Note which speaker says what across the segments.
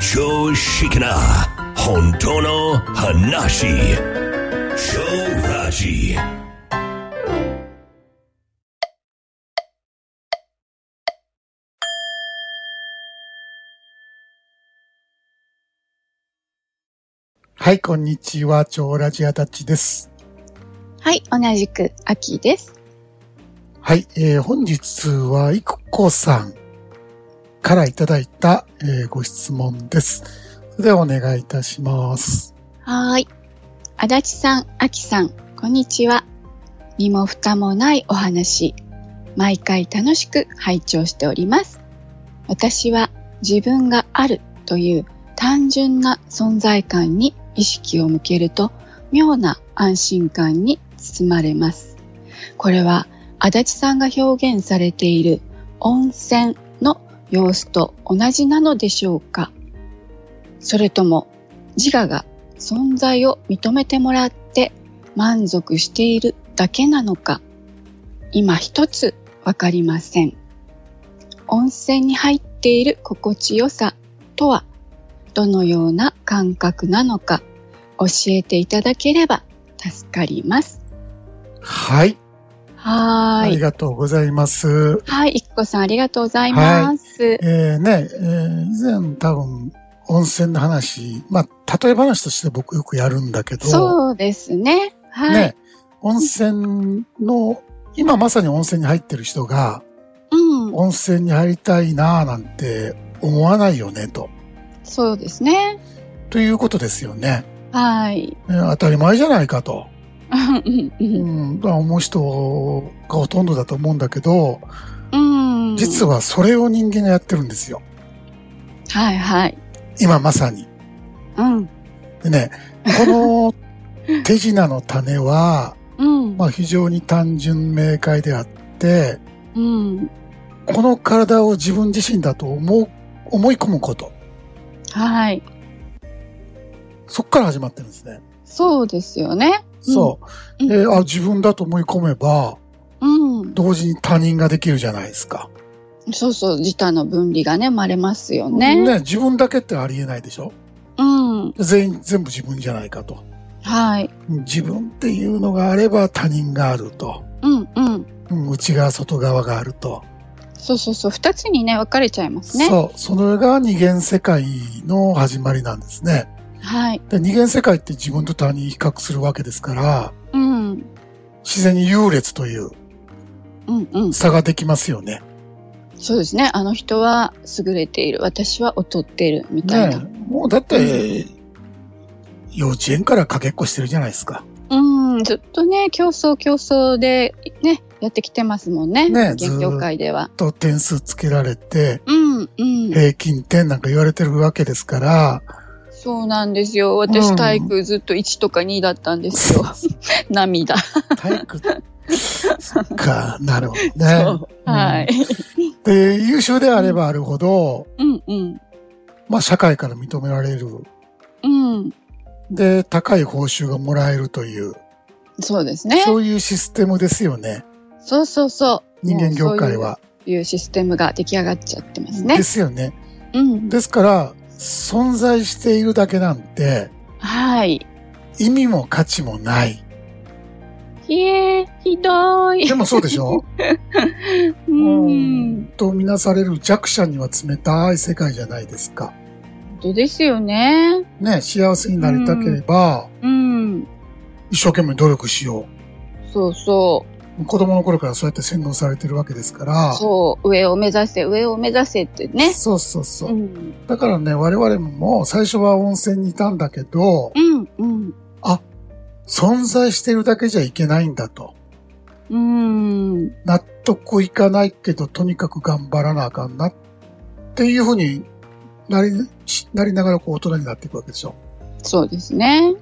Speaker 1: 常識な本当の話超ラジ
Speaker 2: はい、こんにちは。超ラジアタッチです。
Speaker 3: はい、同じく秋です。
Speaker 2: はい、えー本日は、いくこさんからいただいた、えーご質問です。それではお願いいたします。
Speaker 3: はーい。足立さん、秋さん、こんにちは。身も蓋もないお話。毎回楽しく拝聴しております。私は自分があるという単純な存在感に意識を向けると妙な安心感に包まれます。これは足立さんが表現されている温泉の様子と同じなのでしょうかそれとも自我が存在を認めてもらって満足しているだけなのか今一つわかりません。温泉に入っている心地よさとはどのような感覚なのか教えていただければ助かります。
Speaker 2: はい、
Speaker 3: は
Speaker 2: あ
Speaker 3: ー
Speaker 2: り
Speaker 3: い。
Speaker 2: がとうございます。
Speaker 3: はい、いっこさんありがとうございます。
Speaker 2: えーね、えー以前多分、温泉の話、まあ、例え話として僕よくやるんだけど、
Speaker 3: そうですね。はい。
Speaker 2: ね、温泉の、今まさに温泉に入ってる人が、
Speaker 3: うん。
Speaker 2: 温泉に入りたいなぁなんて思わないよね、と。
Speaker 3: そうですね。
Speaker 2: ということですよね。
Speaker 3: はい。
Speaker 2: えー当たり前じゃないかと。
Speaker 3: うんう
Speaker 2: うんん、まあ思う人がほとんどだと思うんだけど、
Speaker 3: うん。うん。
Speaker 2: 実はそれを人間がやってるんですよ。
Speaker 3: はいはい。
Speaker 2: 今まさに。
Speaker 3: うん。
Speaker 2: でね、この 手品の種は、
Speaker 3: うん。
Speaker 2: まあ、非常に単純明快であって、
Speaker 3: うん。
Speaker 2: この体を自分自身だと思う、思い込むこと。
Speaker 3: はい。
Speaker 2: そっから始まってるんですね。
Speaker 3: そうですよね。
Speaker 2: そう。
Speaker 3: うん
Speaker 2: であ、自分だと思い込めば、
Speaker 3: うん。
Speaker 2: 同時に他人ができるじゃないですか。
Speaker 3: そうそう、自他の分離がね、生まれますよね。
Speaker 2: 自分だけってありえないでしょ
Speaker 3: うん。
Speaker 2: 全員、全部自分じゃないかと。
Speaker 3: はい。
Speaker 2: 自分っていうのがあれば他人があると。
Speaker 3: うんうん。
Speaker 2: うん内側、外側があると。
Speaker 3: そうそうそう、二つにね、分かれちゃいますね。
Speaker 2: そう。それが二元世界の始まりなんですね。
Speaker 3: はい。
Speaker 2: で二元世界って自分と他人比較するわけですから、
Speaker 3: うん。
Speaker 2: 自然に優劣という
Speaker 3: うんうん。
Speaker 2: 差ができますよね。
Speaker 3: そうですね。あの人は優れている。私は劣っている。みたい
Speaker 2: ね
Speaker 3: な。
Speaker 2: えもうだって、幼稚園からかけっこしてるじゃないですか。
Speaker 3: うん。ずっとね、競争競争で、ね、やってきてますもんね。
Speaker 2: ね
Speaker 3: 現業界では。
Speaker 2: と点数つけられて、
Speaker 3: うんうん。
Speaker 2: 平均点なんか言われてるわけですから、
Speaker 3: そうなんですよ。
Speaker 2: うん
Speaker 3: 私体育ずっと1とか2だったんですよ。涙。
Speaker 2: 体育、 そっか、なるほどね。
Speaker 3: そうはい。
Speaker 2: で、優秀であればあるほど、
Speaker 3: うんうん。
Speaker 2: まあ社会から認められる。
Speaker 3: うん。
Speaker 2: で、高い報酬がもらえるという、
Speaker 3: そうですね。
Speaker 2: そういうシステムですよね。
Speaker 3: そうそうそう。
Speaker 2: 人間業界は。
Speaker 3: もうそういう。いうシステムが出来上がっちゃってますね
Speaker 2: で。すよね。
Speaker 3: うん。
Speaker 2: ですから、存在しているだけなんて、
Speaker 3: はい。
Speaker 2: 意味も価値もない。
Speaker 3: ひえー、ひどい
Speaker 2: で。もそうでしょ
Speaker 3: う
Speaker 2: うん
Speaker 3: ん。
Speaker 2: とみなされる弱者には冷たい世界じゃないですか。
Speaker 3: 本当ですよね。
Speaker 2: ね、幸せになりたければ、
Speaker 3: うん。
Speaker 2: 一生懸命努力しよ。
Speaker 3: そうそう
Speaker 2: 子供の頃からそうやって洗脳されてるわけですか
Speaker 3: う。
Speaker 2: ら。
Speaker 3: そう。上を目指せ、上を目指せってね。
Speaker 2: そうそうそうう。
Speaker 3: ん。
Speaker 2: だからね、我々ももう最初は温泉にいたんだけど、
Speaker 3: うん。うん。
Speaker 2: 存在してるだけじゃいけないんだと。
Speaker 3: うん。
Speaker 2: 納得いかないけど、とにかく頑張らなあかんな。っていうふうになり、しなりながらこう大人になっていくわけでしょ。
Speaker 3: そうですね。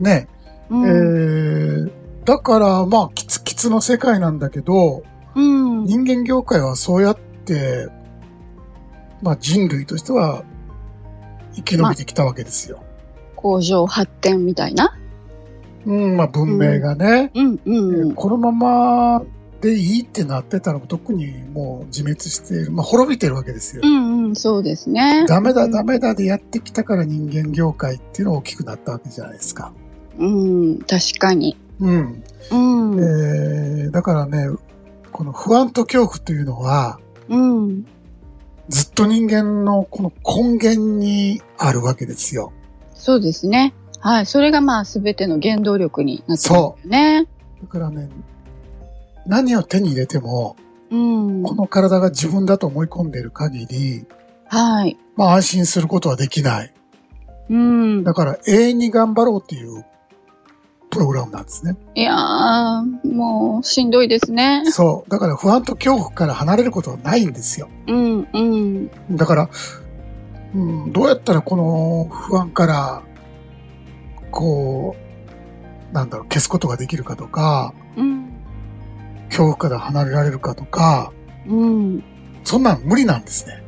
Speaker 2: ね。
Speaker 3: うん。
Speaker 2: えー、だからまあ、キツキツの世界なんだけど、
Speaker 3: うん。
Speaker 2: 人間業界はそうやって、まあ人類としては生き延びてきたわけですよ。
Speaker 3: 工場発展みたいな。
Speaker 2: うん、まあ文明がね、
Speaker 3: うんうん。
Speaker 2: このままでいいってなってたら、特にもう自滅している。まあ、滅びてるわけですよ。
Speaker 3: うんうん、そうですね。
Speaker 2: ダメ
Speaker 3: う
Speaker 2: だ、
Speaker 3: ん
Speaker 2: ダメだでやってきたから人間業界っていうのが大きくなったわけじゃないですか。
Speaker 3: うん、確かに。
Speaker 2: うん。
Speaker 3: うん、
Speaker 2: えー、だからね、この不安と恐怖というのは、
Speaker 3: うん、
Speaker 2: ずっと人間のこの根源にあるわけですよ。
Speaker 3: そうですね。はい、それがまあ全ての原動力になってますよね。
Speaker 2: だからね、何を手に入れても、
Speaker 3: うん、
Speaker 2: この体が自分だと思い込んでいる限り、
Speaker 3: はい、
Speaker 2: まあ安心することはできない。
Speaker 3: うん。
Speaker 2: だから永遠に頑張ろうっていうプログラムなんですね。
Speaker 3: いやー、もうしんどいですね。
Speaker 2: そう。だから不安と恐怖から離れることはないんですよ。
Speaker 3: うん、うん、
Speaker 2: だから、うん、どうやったらこの不安から、こう、なんだろう、消すことができるかとか、
Speaker 3: うん、
Speaker 2: 恐怖から離れられるかとか、
Speaker 3: うん。
Speaker 2: そんなん無理なんですね。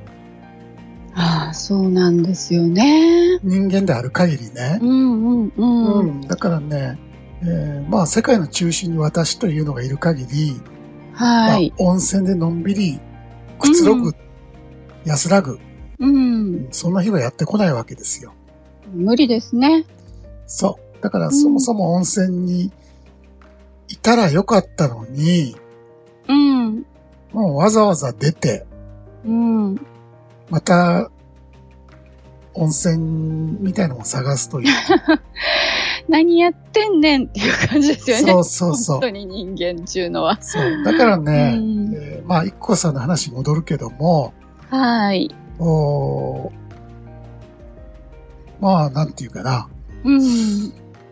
Speaker 3: ああ、そうなんですよね。
Speaker 2: 人間である限りね
Speaker 3: う。ん、うん、うん。
Speaker 2: うん、だからね、えーまあ世界の中心に私というのがいる限り、
Speaker 3: はい。
Speaker 2: まあ、温泉でのんびりくつろぐ、
Speaker 3: う
Speaker 2: 安らぐ、
Speaker 3: うん。
Speaker 2: そんな日はやってこないわけですよ。
Speaker 3: 無理ですね。
Speaker 2: そう。だからそもそも温泉にいたらよかったのに、
Speaker 3: うん。
Speaker 2: もうわざわざ出て、
Speaker 3: うん。
Speaker 2: また温泉みたいのを探すと いう。
Speaker 3: 何やってんねんっていう感じですよね。
Speaker 2: そうそうそう
Speaker 3: 本当。に人間中のは。
Speaker 2: そうだからね、
Speaker 3: うん
Speaker 2: えーまあ、一個さんの話に戻るけども、
Speaker 3: はい。
Speaker 2: おーまあ、なんていうかな。
Speaker 3: うん。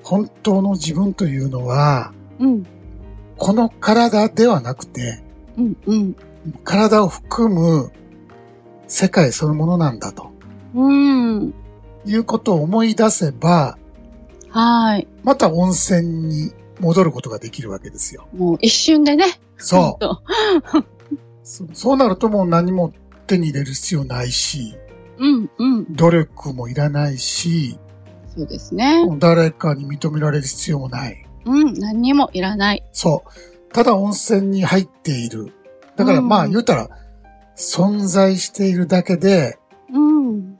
Speaker 2: 本当の自分というのは、
Speaker 3: うん。
Speaker 2: この体ではなくて、
Speaker 3: うん。うん。
Speaker 2: 体を含む世界そのものなんだと
Speaker 3: うん。
Speaker 2: いうことを思い出せば、
Speaker 3: はい。
Speaker 2: また温泉に戻ることができるわけですよ。
Speaker 3: もう一瞬でね。。
Speaker 2: そうう。そうなるともう何も手に入れる必要ないし、
Speaker 3: うん。うん。
Speaker 2: 努力もいらないし、
Speaker 3: そうですね。
Speaker 2: もう誰かに認められる必要もない。
Speaker 3: うん。何にもいらない。
Speaker 2: そう。ただ温泉に入っている。だから
Speaker 3: うん
Speaker 2: まあ言うたら、存在しているだけで
Speaker 3: うん。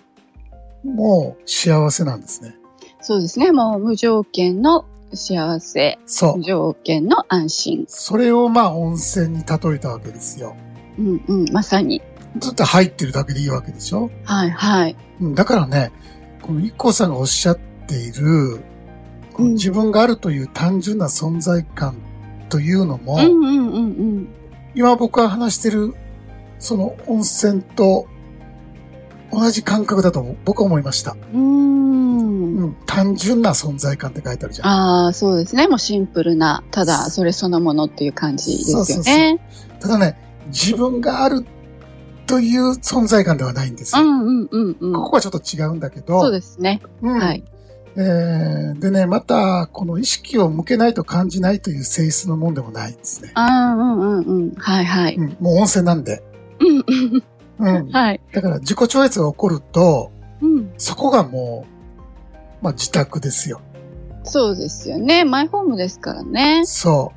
Speaker 2: もう幸せなんですね。
Speaker 3: そうですね。もう無条件の幸せ。
Speaker 2: そう
Speaker 3: 無。条件の安心。
Speaker 2: それをまあ温泉に例えたわけですよ。
Speaker 3: うん。うん。まさに。
Speaker 2: ずっと入ってるだけでいいわけでしょ
Speaker 3: はい。はい。
Speaker 2: うんだからね、この一 k さんがおっしゃっている、この
Speaker 3: うん
Speaker 2: 自分があるという単純な存在感というのも、
Speaker 3: うん。うん。うん。うん。
Speaker 2: 今僕が話してる、その温泉と同じ感覚だと僕は思いました。
Speaker 3: うーん。
Speaker 2: うん、単純な存在感って書いてあるじゃん。
Speaker 3: ああ、そうですね。もうシンプルな、ただそれそのものっていう感じですよね。
Speaker 2: そうそうそうただね、自分があるという存在感ではないんですよ。
Speaker 3: んうんうんうん。
Speaker 2: ここはちょっと違うんだけど。
Speaker 3: そうですね。
Speaker 2: うん
Speaker 3: はい。
Speaker 2: えーでね、また、この意識を向けないと感じないという性質のもんでもないんですね。
Speaker 3: あーうんうんうん。はいはい。
Speaker 2: うん、もう温泉なんで。
Speaker 3: うんうん
Speaker 2: うん。
Speaker 3: はい。
Speaker 2: だから自己超越が起こると、
Speaker 3: うん。
Speaker 2: そこがもう、まあ自宅ですよ。
Speaker 3: そうですよね。マイホームですからね。
Speaker 2: そ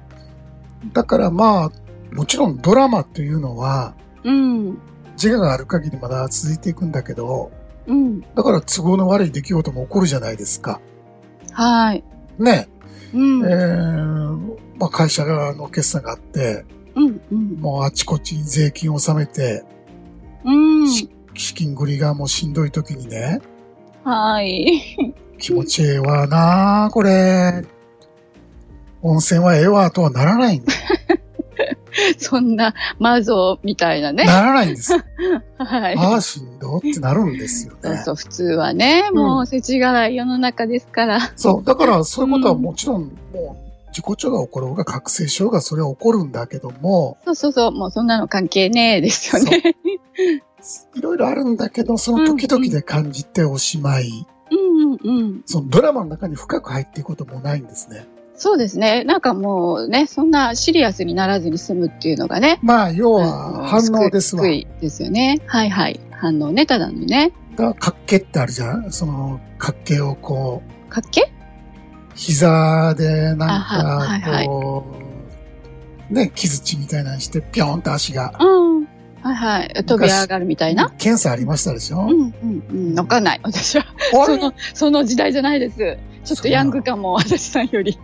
Speaker 2: う。だからまあ、もちろんドラマというのは、
Speaker 3: うん。
Speaker 2: 自我がある限りまだ続いていくんだけど、
Speaker 3: うん。
Speaker 2: だから都合の悪い出来事も起こるじゃないですか。
Speaker 3: はい。
Speaker 2: ね。
Speaker 3: う
Speaker 2: え
Speaker 3: ん。
Speaker 2: ーまあ、会社側の決算があって、
Speaker 3: うんうん。
Speaker 2: もうあちこち税金を納めて、
Speaker 3: うん。
Speaker 2: し資金繰りがもうしんどい時にね、
Speaker 3: はい。
Speaker 2: 気持ちええわなあこれ。温泉はええわとはならない んだ。
Speaker 3: そんな、マゾみたいなね。
Speaker 2: ならないんです。
Speaker 3: はい。
Speaker 2: ああ、しんどってなるんですよ
Speaker 3: そう
Speaker 2: ね。
Speaker 3: そう、普通はね、もう世知辛い世の中ですから。
Speaker 2: そう。だから、そういうことはもちろん、もう、自己調が起ころうが、覚醒症がそれは起こるんだけども、
Speaker 3: そうそうそう、もうそんなの関係ねえですよね。
Speaker 2: いろいろあるんだけど、その時々で感じておしまい。
Speaker 3: うんうんうん。
Speaker 2: そのドラマの中に深く入っていくこともないんですね。
Speaker 3: そうですね。なんかもうね、そんなシリアスにならずに済むっていうのがね。
Speaker 2: まあ、要
Speaker 3: あの
Speaker 2: は反応ですわ
Speaker 3: 救。い救いですよね。はいはい。反応ね、ただのね。
Speaker 2: だ角形ってあるじゃんその角形をこう、
Speaker 3: かっけ
Speaker 2: 膝で
Speaker 3: あ
Speaker 2: な
Speaker 3: は
Speaker 2: いん
Speaker 3: は
Speaker 2: か
Speaker 3: い
Speaker 2: こう、ね、傷地みたいなのにして、ピョーンと足が、
Speaker 3: うん。はいはい。飛び上がるみたいな。
Speaker 2: 検査ありましたでしょ、
Speaker 3: うんうんうん。わかんない。私は。
Speaker 2: あ
Speaker 3: そ
Speaker 2: れ
Speaker 3: の、その時代じゃないです。ちょっ
Speaker 2: そ
Speaker 3: と
Speaker 2: うな
Speaker 3: ヤ
Speaker 2: の
Speaker 3: ングかも、足立さんより。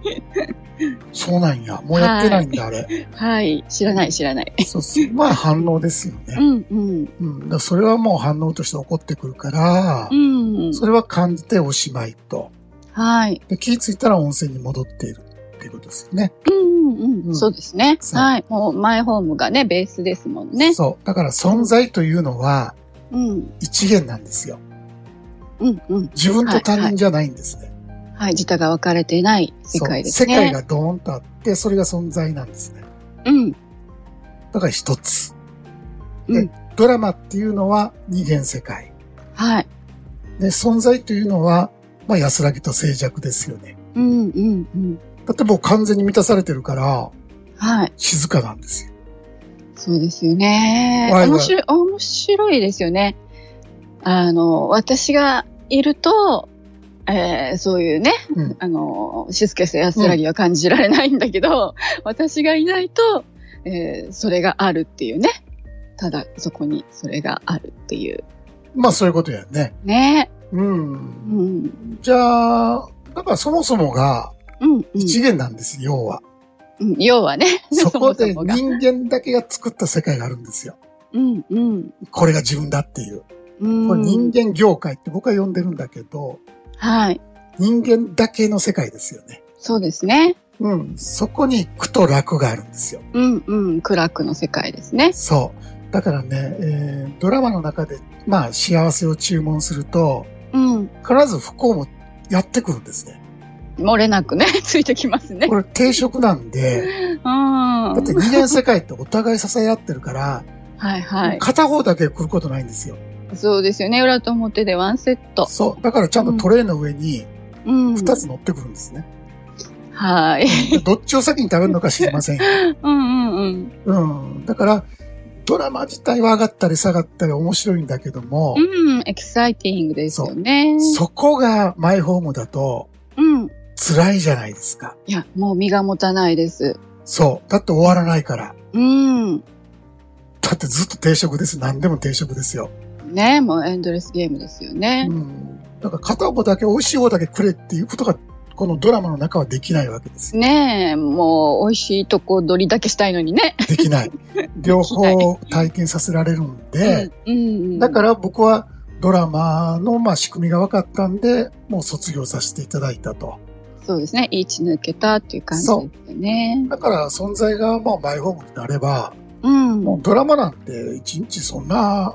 Speaker 2: そうなんや。もうやってないんだ、あれ。
Speaker 3: はい。知らない知らない。
Speaker 2: そうそう。 まあ反応ですよ
Speaker 3: う
Speaker 2: ね。
Speaker 3: んうん。
Speaker 2: うん。だからそれはもう反応として起こってくるから、
Speaker 3: うん。
Speaker 2: それは感じておしまいと。
Speaker 3: はい。
Speaker 2: で気づいたら温泉に戻っているっていうことですよね。
Speaker 3: うんうんう。
Speaker 2: うんん
Speaker 3: そうですね。
Speaker 2: そう
Speaker 3: はい。もう、マイホームがね、ベースですもんね。
Speaker 2: そう。だから存在というのは
Speaker 3: うん。
Speaker 2: 一元なんですよ。
Speaker 3: うんうん。
Speaker 2: 自分と他人じゃないんですね。
Speaker 3: はい。自他が分かれてない世
Speaker 2: そう
Speaker 3: 界ですね。
Speaker 2: 世界がドーンとあって、それが存在なんですね。
Speaker 3: うん。
Speaker 2: だから一つ。
Speaker 3: う
Speaker 2: で
Speaker 3: ん。
Speaker 2: ドラマっていうのは二元世界。
Speaker 3: はい。
Speaker 2: で、存在というのは、まあ安らぎと静寂ですよね。
Speaker 3: うんうんうん。
Speaker 2: だってもう完全に満たされてるから、
Speaker 3: はい。
Speaker 2: 静かなんですよ。
Speaker 3: そうですよね。
Speaker 2: ワイワイ
Speaker 3: 面白い、面白いですよね。あの、私がいると、えーそういうね、
Speaker 2: うん
Speaker 3: あの、静けさ安らぎは感じられないんだけど、私がいないと、えーそれがあるっていうね。ただ、そこにそれがあるっていう。
Speaker 2: まあそういうことやね。
Speaker 3: ね。
Speaker 2: うん
Speaker 3: う。ん。
Speaker 2: じゃあ、だからそもそもが
Speaker 3: うん、うん。
Speaker 2: 一元なんです、要 は。
Speaker 3: うん要はね、
Speaker 2: そこで
Speaker 3: ももが
Speaker 2: 人間だけが作った世界があるんですよ。
Speaker 3: うん、うん。
Speaker 2: これが自分だっていう。
Speaker 3: うん
Speaker 2: これ人間業界って僕は呼んでるんだけど、
Speaker 3: はい。
Speaker 2: 人間だけの世界ですよね。
Speaker 3: そうですね。
Speaker 2: うん。そこに苦と楽があるんですよ。
Speaker 3: うん、うん。クラックの世界ですね。
Speaker 2: そう。だからね、えードラマの中で、まあ、幸せを注文すると、
Speaker 3: うん。
Speaker 2: 必ず不幸もやってくるんですね。
Speaker 3: 漏れなくね、 ついてきますね。
Speaker 2: これ定食なんで、
Speaker 3: うん。は
Speaker 2: だって二元世界ってお互い支え合ってるから、
Speaker 3: いはい。
Speaker 2: 片方だけ来ることないんですよ。
Speaker 3: そうですよね。裏と表でワンセット。
Speaker 2: そう。だからちゃんとトレイの上に
Speaker 3: うん。
Speaker 2: 二つ乗ってくるんですね。
Speaker 3: はい。
Speaker 2: でどっちを先に食べるのか知りませんよ。
Speaker 3: うんうんうん。
Speaker 2: うん。だから、ドラマ自体は上がったり下がったり面白いんだけども、
Speaker 3: うん。エキサイティングですよね。
Speaker 2: そこがマイホームだと
Speaker 3: うん。
Speaker 2: 辛いじゃないですか。
Speaker 3: いや、もう身が持たないです。
Speaker 2: そう。だって終わらないから。
Speaker 3: うん。
Speaker 2: だってずっと定食です。何でも定食ですよ。
Speaker 3: ねもうエンドレスゲームですよね
Speaker 2: う。ん。だから片方だけ美味しい方だけくれっていうことが、このドラマの中はできないわけ ですよ。
Speaker 3: ねえ、もう美味しいとこ取りだけしたいのにね。
Speaker 2: できない。両方体験させられるんで、
Speaker 3: うんうん。
Speaker 2: だから僕はドラマのまあ仕組みが分かったんで、もう卒業させていただいたと。
Speaker 3: そうですね。いい血抜けたっていう感じですよね。
Speaker 2: だから存在がまあマイホームになれば、
Speaker 3: うん。
Speaker 2: もうドラマなんて一日そんな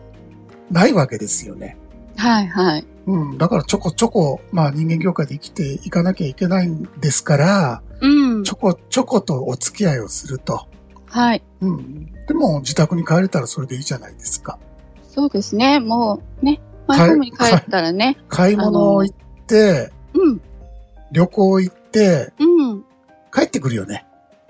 Speaker 2: ないわけですよね。
Speaker 3: はいはい。
Speaker 2: うん。だからちょこちょこ、まあ人間業界で生きていかなきゃいけないんですから、
Speaker 3: うん
Speaker 2: ち。ょこちょことお付き合いをすると。
Speaker 3: はい。
Speaker 2: うん。でも自宅に帰れたらそれでいいじゃないですか。
Speaker 3: そうですね。もうね、マ
Speaker 2: はい
Speaker 3: イホームに帰ったらね。
Speaker 2: 買い物行って、
Speaker 3: うん、
Speaker 2: 旅行行って、
Speaker 3: うん。
Speaker 2: 帰ってくるよね。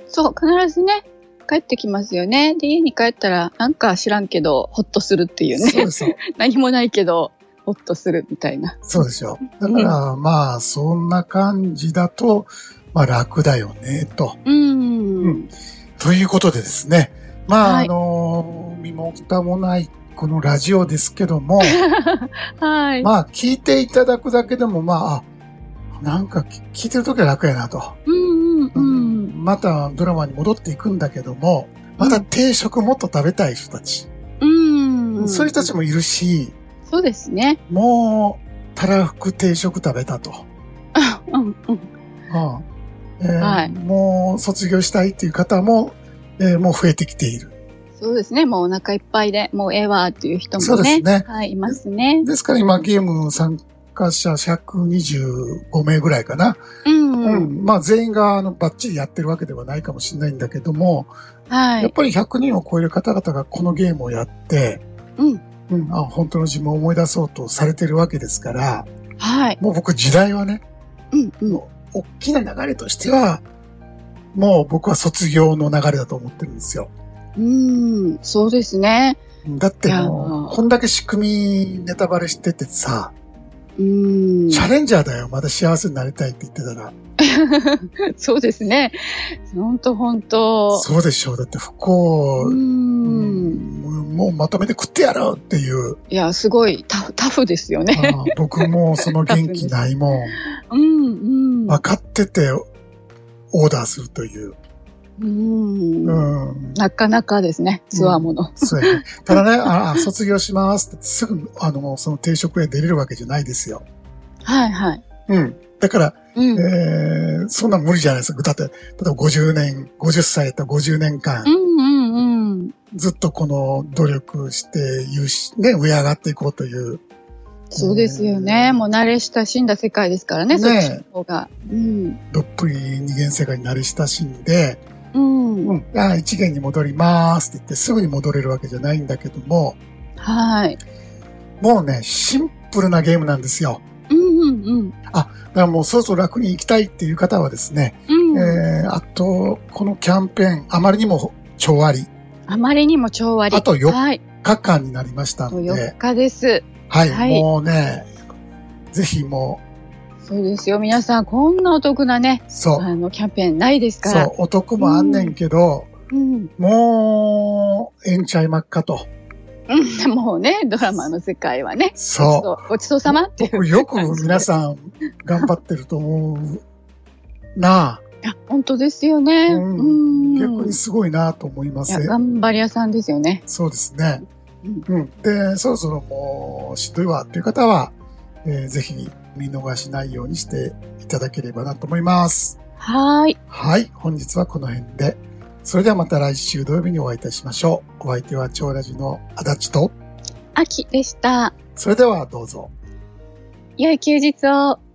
Speaker 3: そう、必ずね、帰ってきますよね。で、家に帰ったら、なんか知らんけど、ほっとするっていう
Speaker 2: そう
Speaker 3: ね
Speaker 2: で。すよ。
Speaker 3: 何もないけど、ほっとするみたいな。
Speaker 2: そうでしょ。だから、まあ、そんな感じだと、まあ楽だよね、と。
Speaker 3: う
Speaker 2: う
Speaker 3: ん。
Speaker 2: ということでですね。まあ、
Speaker 3: はい
Speaker 2: あのー身も蓋もない、このラジオですけど も、
Speaker 3: はい。
Speaker 2: まあ、聞いていただくだけでも、まああ、なんかき聞いてるときは楽やなと。
Speaker 3: うんうんうん。
Speaker 2: またドラマに戻っていくんだけども、また定食もっと食べたい人たち。
Speaker 3: うん。
Speaker 2: そういう人たち
Speaker 3: も。
Speaker 2: もいるし、
Speaker 3: そうですね。
Speaker 2: もう、たらふく定食食べたと。
Speaker 3: うんうん。
Speaker 2: うんえー
Speaker 3: はい
Speaker 2: もう卒業したいっていう方も、えーもう増えてきている。
Speaker 3: そうですね。もうお腹いっぱいで、もうええわっていう人もね。
Speaker 2: そうですね
Speaker 3: はい、いますね。
Speaker 2: ですから今ゲーム参加者125名ぐらいかな。
Speaker 3: うん、
Speaker 2: う
Speaker 3: うん。
Speaker 2: ん。まあ全員があのバッチリやってるわけではないかもしれないんだけども、
Speaker 3: は
Speaker 2: やっ
Speaker 3: い。
Speaker 2: ぱり100人を超える方々がこのゲームをやって、
Speaker 3: うん。
Speaker 2: うん、あ本当の自分を思い出そうとされてるわけですから、
Speaker 3: はい。
Speaker 2: もう僕時代はね、
Speaker 3: うんうん。
Speaker 2: 大きな流れとしては、もう僕は卒業の流れだと思ってるんですよ。
Speaker 3: うん。そうですね。
Speaker 2: だって
Speaker 3: いや
Speaker 2: も
Speaker 3: もう
Speaker 2: う、こんだけ仕組みネタバレしててさ、
Speaker 3: うん。
Speaker 2: チャレンジャーだよ、まだ幸せになりたいって言ってたら、
Speaker 3: そうですね。ほんとほんと。
Speaker 2: そうでしょう。だって不幸
Speaker 3: う、ん。
Speaker 2: うんもうまとめて食ってやろうって いう、
Speaker 3: いや、すごいタフタフですよね。
Speaker 2: ああ僕もその元気ないもん、
Speaker 3: うんうん。
Speaker 2: 分かっててオーダーするという。
Speaker 3: うん
Speaker 2: うん。
Speaker 3: なかなかですね、つわもの。
Speaker 2: そうやね。ただね、あ あ、卒業しますってすぐ、あの、もうその定職へ出れるわけじゃないですよ。
Speaker 3: はいはい。
Speaker 2: うん。だから、
Speaker 3: うん。うん
Speaker 2: えー、そんなん無理じゃないですか。だって、例えば50年、50歳と50年間、
Speaker 3: うんうん。
Speaker 2: ずっとこの努力して、有し、ね、上上がっていこうという。
Speaker 3: そうですよ
Speaker 2: う
Speaker 3: ね。
Speaker 2: ん
Speaker 3: もう慣れ親しんだ世界ですからね、
Speaker 2: ね
Speaker 3: そっちの方が。うん。
Speaker 2: どっぷり二元世界に慣れ親しんで、
Speaker 3: うん。
Speaker 2: うん、ああ一元に戻りますって言ってすぐに戻れるわけじゃないんだけども、
Speaker 3: はい。
Speaker 2: もうね、シンプルなゲームなんですよ。
Speaker 3: うんうんうん。
Speaker 2: だからもうそろそろ楽に行きたいっていう方はですね、
Speaker 3: うん。
Speaker 2: えー、あと、このキャンペーン、あまりにも超あり、
Speaker 3: あまりにも超割。
Speaker 2: あとよ
Speaker 3: はい。
Speaker 2: 4日間になりました
Speaker 3: あと
Speaker 2: ので
Speaker 3: 4、日です。
Speaker 2: はい、
Speaker 3: はい
Speaker 2: もうね、ぜひも
Speaker 3: そうですよ。皆さん、こんなお得なね
Speaker 2: う、、そう、
Speaker 3: あの、キャンペーンないですか
Speaker 2: そ
Speaker 3: ら。
Speaker 2: う、お得もあんねんけど、
Speaker 3: うん。
Speaker 2: もう、えんちゃいまっかと。
Speaker 3: うん。 もうね、ドラマの世界はね。
Speaker 2: そう。
Speaker 3: う。ごちそうさまっていう。
Speaker 2: 僕よく皆さん頑張ってると思うなあ。
Speaker 3: いや本当ですよね。
Speaker 2: う
Speaker 3: うんん。
Speaker 2: 逆にすごいなあと思いま
Speaker 3: い
Speaker 2: す
Speaker 3: や、。頑張り屋さんですよね。
Speaker 2: そうですね。
Speaker 3: うん
Speaker 2: うん。で、そろそろもうしんどいわっていう方は、えーぜひ見逃しないようにしていただければなと思います。
Speaker 3: はーい。
Speaker 2: はい。本日はこの辺で。それではまた来週土曜日にお会いいたしましょう。お相手は超ラジの足立と、
Speaker 3: 秋でした。
Speaker 2: それではどうぞ。
Speaker 3: 良い休日を。